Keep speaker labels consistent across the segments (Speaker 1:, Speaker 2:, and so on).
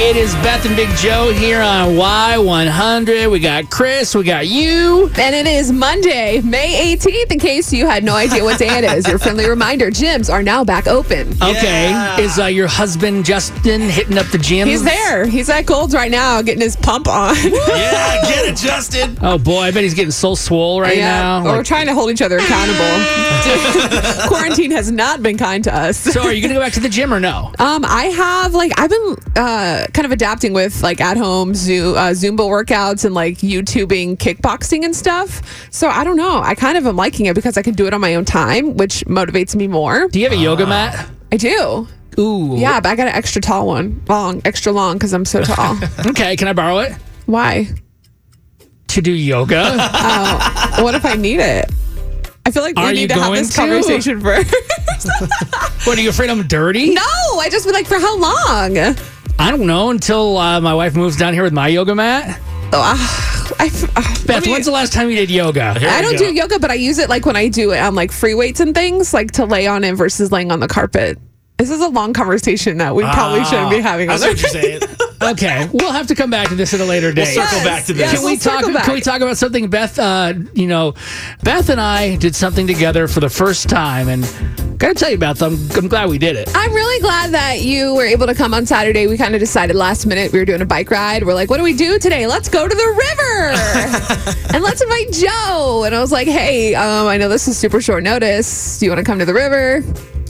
Speaker 1: It is Beth and Big Joe here on Y100. We got Chris, we got you.
Speaker 2: And it is Monday, May 18th, in case you had no idea what day it is. Your friendly reminder gyms are now back open.
Speaker 1: Okay.
Speaker 3: Yeah.
Speaker 1: Is uh, your husband Justin hitting up the gym?
Speaker 2: He's there. He's at Gold's right now getting his pump on.
Speaker 3: Yeah, get it, Justin.
Speaker 1: Oh boy, I bet he's getting so swole right
Speaker 2: Yeah.
Speaker 1: now.
Speaker 2: Or we're
Speaker 1: Like-
Speaker 2: trying to hold each other accountable. Quarantine has not been kind to us.
Speaker 1: so are you gonna go back to the gym or no?
Speaker 2: Um, I have like I've been uh, kind of adapting with like at home Zoom uh, Zumba workouts and like YouTubing kickboxing and stuff. So I don't know. I kind of am liking it because I can do it on my own time, which motivates me more.
Speaker 1: Do you have a yoga mat?
Speaker 2: I do.
Speaker 1: Ooh.
Speaker 2: Yeah, but I got an extra tall one, long, extra long because I'm so tall.
Speaker 1: Okay, can I borrow it?
Speaker 2: Why?
Speaker 1: To do yoga?
Speaker 2: What if I need it? I feel like
Speaker 1: Are
Speaker 2: we
Speaker 1: you
Speaker 2: need to have
Speaker 1: going
Speaker 2: this
Speaker 1: to?
Speaker 2: conversation first.
Speaker 1: what are you afraid I'm dirty?
Speaker 2: no, I just been like, for how long?
Speaker 1: I don't know until uh, my wife moves down here with my yoga mat.
Speaker 2: Oh, ah, I, f- ah, let
Speaker 1: Beth,
Speaker 2: me-
Speaker 1: when's the last time you did yoga?
Speaker 3: Here
Speaker 2: I
Speaker 3: we
Speaker 2: don't
Speaker 3: go.
Speaker 2: do yoga, but I use it like when I do it on like free weights and things, like to lay on it versus laying on the carpet. This is a long conversation that we probably shouldn't
Speaker 1: Ah.
Speaker 2: be having.
Speaker 3: I
Speaker 2: On
Speaker 3: see
Speaker 2: there.
Speaker 3: what you're saying.
Speaker 1: Okay, we'll have to come back to this at a later date.
Speaker 3: circle Yes, back to this. yes,
Speaker 1: Can we
Speaker 2: we'll
Speaker 1: talk?
Speaker 2: circle back.
Speaker 1: Can we talk about something, Beth? Uh, you know, Beth and I did something together for the first time, and gotta tell you, Beth, I'm, I'm glad we did it.
Speaker 2: I'm really glad that you were able to come on Saturday. We kind of decided last minute we were doing a bike ride. We're like, what do we do today? Let's go to the river and let's invite Joe. And I was like, hey, um, I know this is super short notice. Do you want to come to the river?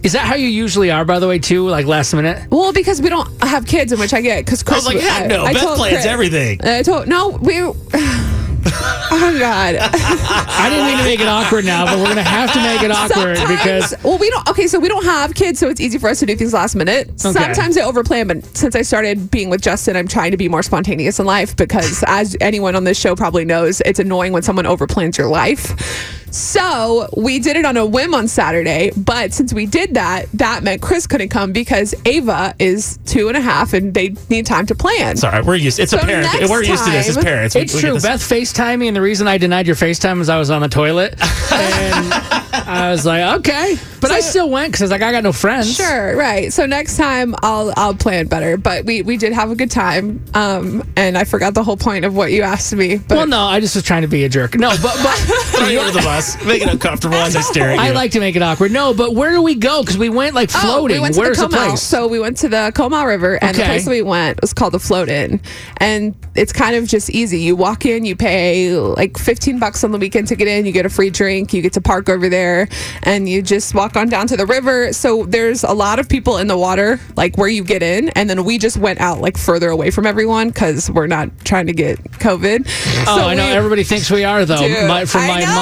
Speaker 1: Is that how you usually are, by the way, too? Like last minute?
Speaker 2: Well, because we don't have kids, in which I get because
Speaker 3: I
Speaker 2: Chris.
Speaker 3: was like, heck no. Beth
Speaker 2: told
Speaker 3: plans
Speaker 2: Chris-
Speaker 3: everything.
Speaker 2: I told no, we. oh God.
Speaker 1: I didn't mean to make it awkward now, but we're gonna have to make it awkward
Speaker 2: Sometimes,
Speaker 1: because
Speaker 2: well, we don't. Okay, so we don't have kids, so it's easy for us to do things last minute. Sometimes I overplan, but since I started being with Justin, I'm trying to be more spontaneous in life because, as anyone on this show probably knows, it's annoying when someone overplans your life. So we did it on a whim on Saturday, but since we did that, that meant Chris couldn't come because Ava is two and a half, and they need time to plan.
Speaker 3: It's all right. We're used. It's a
Speaker 2: So
Speaker 3: parent.
Speaker 2: next
Speaker 3: We're used to this as
Speaker 2: time-
Speaker 3: parents. We-
Speaker 1: it's
Speaker 3: we get
Speaker 1: true.
Speaker 3: this.
Speaker 1: Beth FaceTimed me, and the reason I denied your FaceTime is I was on the toilet, and I was like, okay, but I
Speaker 2: So-
Speaker 1: still went because I was like, I got no friends.
Speaker 2: Sure, right. So next time I'll I'll plan better. But we we did have a good time. Um, and I forgot the whole point of what you asked me. But
Speaker 1: Well, no, I just was trying to be a jerk. No, but but
Speaker 3: Throw you under the bus. Make it uncomfortable. I'm just staring. at
Speaker 1: I
Speaker 3: you.
Speaker 1: like to make it awkward. No, but where do we go? Because we went like
Speaker 2: Oh,
Speaker 1: floating.
Speaker 2: we went to
Speaker 1: Where's
Speaker 2: the
Speaker 1: the,
Speaker 2: Como.
Speaker 1: place?
Speaker 2: So we went to the Como River, and
Speaker 1: Okay.
Speaker 2: the place we went was called the Float In, and it's kind of just easy. You walk in, you pay like fifteen bucks on the weekend to get in. You get a free drink. You get to park over there, and you just walk on down to the river. So there's a lot of people in the water, like where you get in, and then we just went out like further away from everyone because we're not trying to get COVID.
Speaker 1: oh,
Speaker 2: So
Speaker 1: I know
Speaker 2: we-
Speaker 1: everybody thinks we are though.
Speaker 2: Dude,
Speaker 1: my, from
Speaker 2: I
Speaker 1: my
Speaker 2: know. Uh,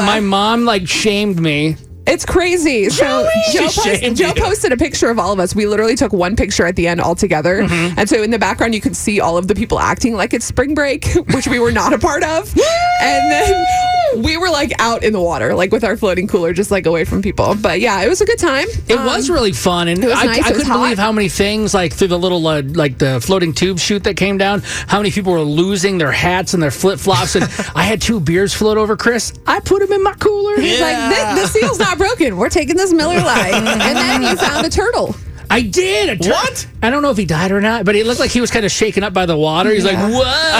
Speaker 1: mom, my mom like shamed me.
Speaker 2: It's crazy. So Joe,
Speaker 3: She
Speaker 2: post,
Speaker 3: shamed
Speaker 2: Joe
Speaker 3: you.
Speaker 2: posted a picture of all of us. We literally took one picture at the end all together.
Speaker 1: Mm-hmm.
Speaker 2: And so in the background, you can see all of the people acting like it's spring break, which we were not a part of. and then we were like out in the water, like with our floating cooler, just like away from people. But yeah, it was a good time.
Speaker 1: It was really fun, and
Speaker 2: was
Speaker 1: I, I
Speaker 2: nice, um, it was
Speaker 1: couldn't believe
Speaker 2: hot.
Speaker 1: how many things like through the little uh, like the floating tube shoot that came down. How many people were losing their hats and their flip flops? And I had two beers float over Chris. I put them in my cooler.
Speaker 2: It's like, the, the seal's not broken. We're taking this Miller Lite. and then you found a turtle.
Speaker 1: I did. A tur-
Speaker 3: What?
Speaker 1: I don't know if he died or not, but it looked like he was kind of shaken up by the water. He's like,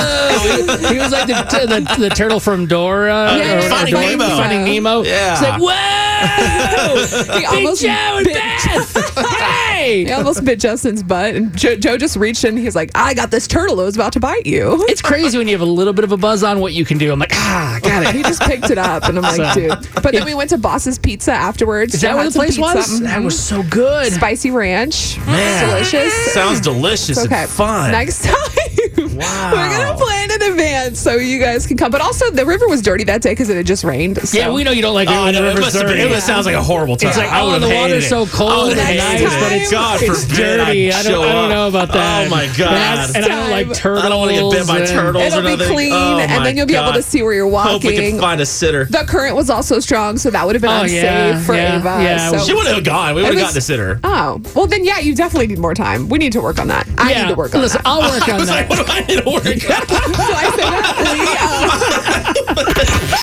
Speaker 1: whoa. he was like the, the, the turtle from Dora.
Speaker 2: Yeah,
Speaker 1: or- or
Speaker 3: Oh, Finding
Speaker 1: Dora-
Speaker 3: Nemo.
Speaker 1: Finding Nemo.
Speaker 3: Yeah.
Speaker 1: He's like, whoa.
Speaker 2: He almost
Speaker 1: Big Joe and
Speaker 2: bit-
Speaker 1: Beth. hey.
Speaker 2: I almost bit Justin's butt. And Joe, Joe just reached in. He's like, I got this turtle. It was about to bite you.
Speaker 1: It's crazy when you have a little bit of a buzz on what you can do. I'm like, ah, got it.
Speaker 2: He just picked it up, and I'm
Speaker 1: So-
Speaker 2: like, dude. But then we went to Boss's Pizza afterwards.
Speaker 1: Is that
Speaker 2: Had
Speaker 1: where the
Speaker 2: some
Speaker 1: place
Speaker 2: pizza.
Speaker 1: was?
Speaker 2: Mhm.
Speaker 1: That was so good.
Speaker 2: Spicy ranch.
Speaker 3: Man.
Speaker 2: It's delicious.
Speaker 3: Sounds delicious
Speaker 2: Okay.
Speaker 3: and fun.
Speaker 2: Next time.
Speaker 3: Wow.
Speaker 2: We're gonna plan in advance so you guys can come. But also, the river was dirty that day because it had just rained. So.
Speaker 1: Yeah, we know you don't like
Speaker 3: Oh,
Speaker 1: it.
Speaker 3: no, it
Speaker 1: River
Speaker 3: must have been, it must- sounds like a horrible time.
Speaker 1: It's like,
Speaker 3: I
Speaker 1: oh,
Speaker 3: would've
Speaker 1: the
Speaker 3: hated
Speaker 1: water's
Speaker 3: it.
Speaker 1: so cold
Speaker 3: I would've
Speaker 1: and
Speaker 3: hated
Speaker 2: nice,
Speaker 3: it.
Speaker 2: but it's-
Speaker 3: God
Speaker 1: it's
Speaker 3: forbid
Speaker 1: dirty.
Speaker 3: I'd
Speaker 1: I don't-
Speaker 3: show
Speaker 1: I don't
Speaker 3: up.
Speaker 1: know about that.
Speaker 3: Oh my god.
Speaker 2: Next
Speaker 1: and I don't like turtles.
Speaker 3: I don't want to get bit by
Speaker 1: and-
Speaker 3: turtles. or
Speaker 2: It'll be
Speaker 3: nothing.
Speaker 2: clean,
Speaker 3: Oh
Speaker 2: and
Speaker 3: my
Speaker 2: then you'll be able
Speaker 3: God.
Speaker 2: to see where you're
Speaker 3: Hope we
Speaker 2: walking.
Speaker 3: can find a sitter.
Speaker 2: the current was also strong, so that would have been
Speaker 1: Oh,
Speaker 2: unsafe
Speaker 1: yeah,
Speaker 2: for
Speaker 1: yeah,
Speaker 2: Ava.
Speaker 1: yeah.
Speaker 2: so-
Speaker 3: She would have gone. We would have
Speaker 2: was-
Speaker 3: gotten a sitter.
Speaker 2: Oh well, then yeah, you definitely need more time. We need to work on that. I
Speaker 1: Yeah,
Speaker 2: need to work on
Speaker 1: listen,
Speaker 2: that.
Speaker 1: I'll work
Speaker 3: I
Speaker 1: on
Speaker 3: was like,
Speaker 1: that.
Speaker 3: what do I need to work?
Speaker 2: so I said, that, we, uh,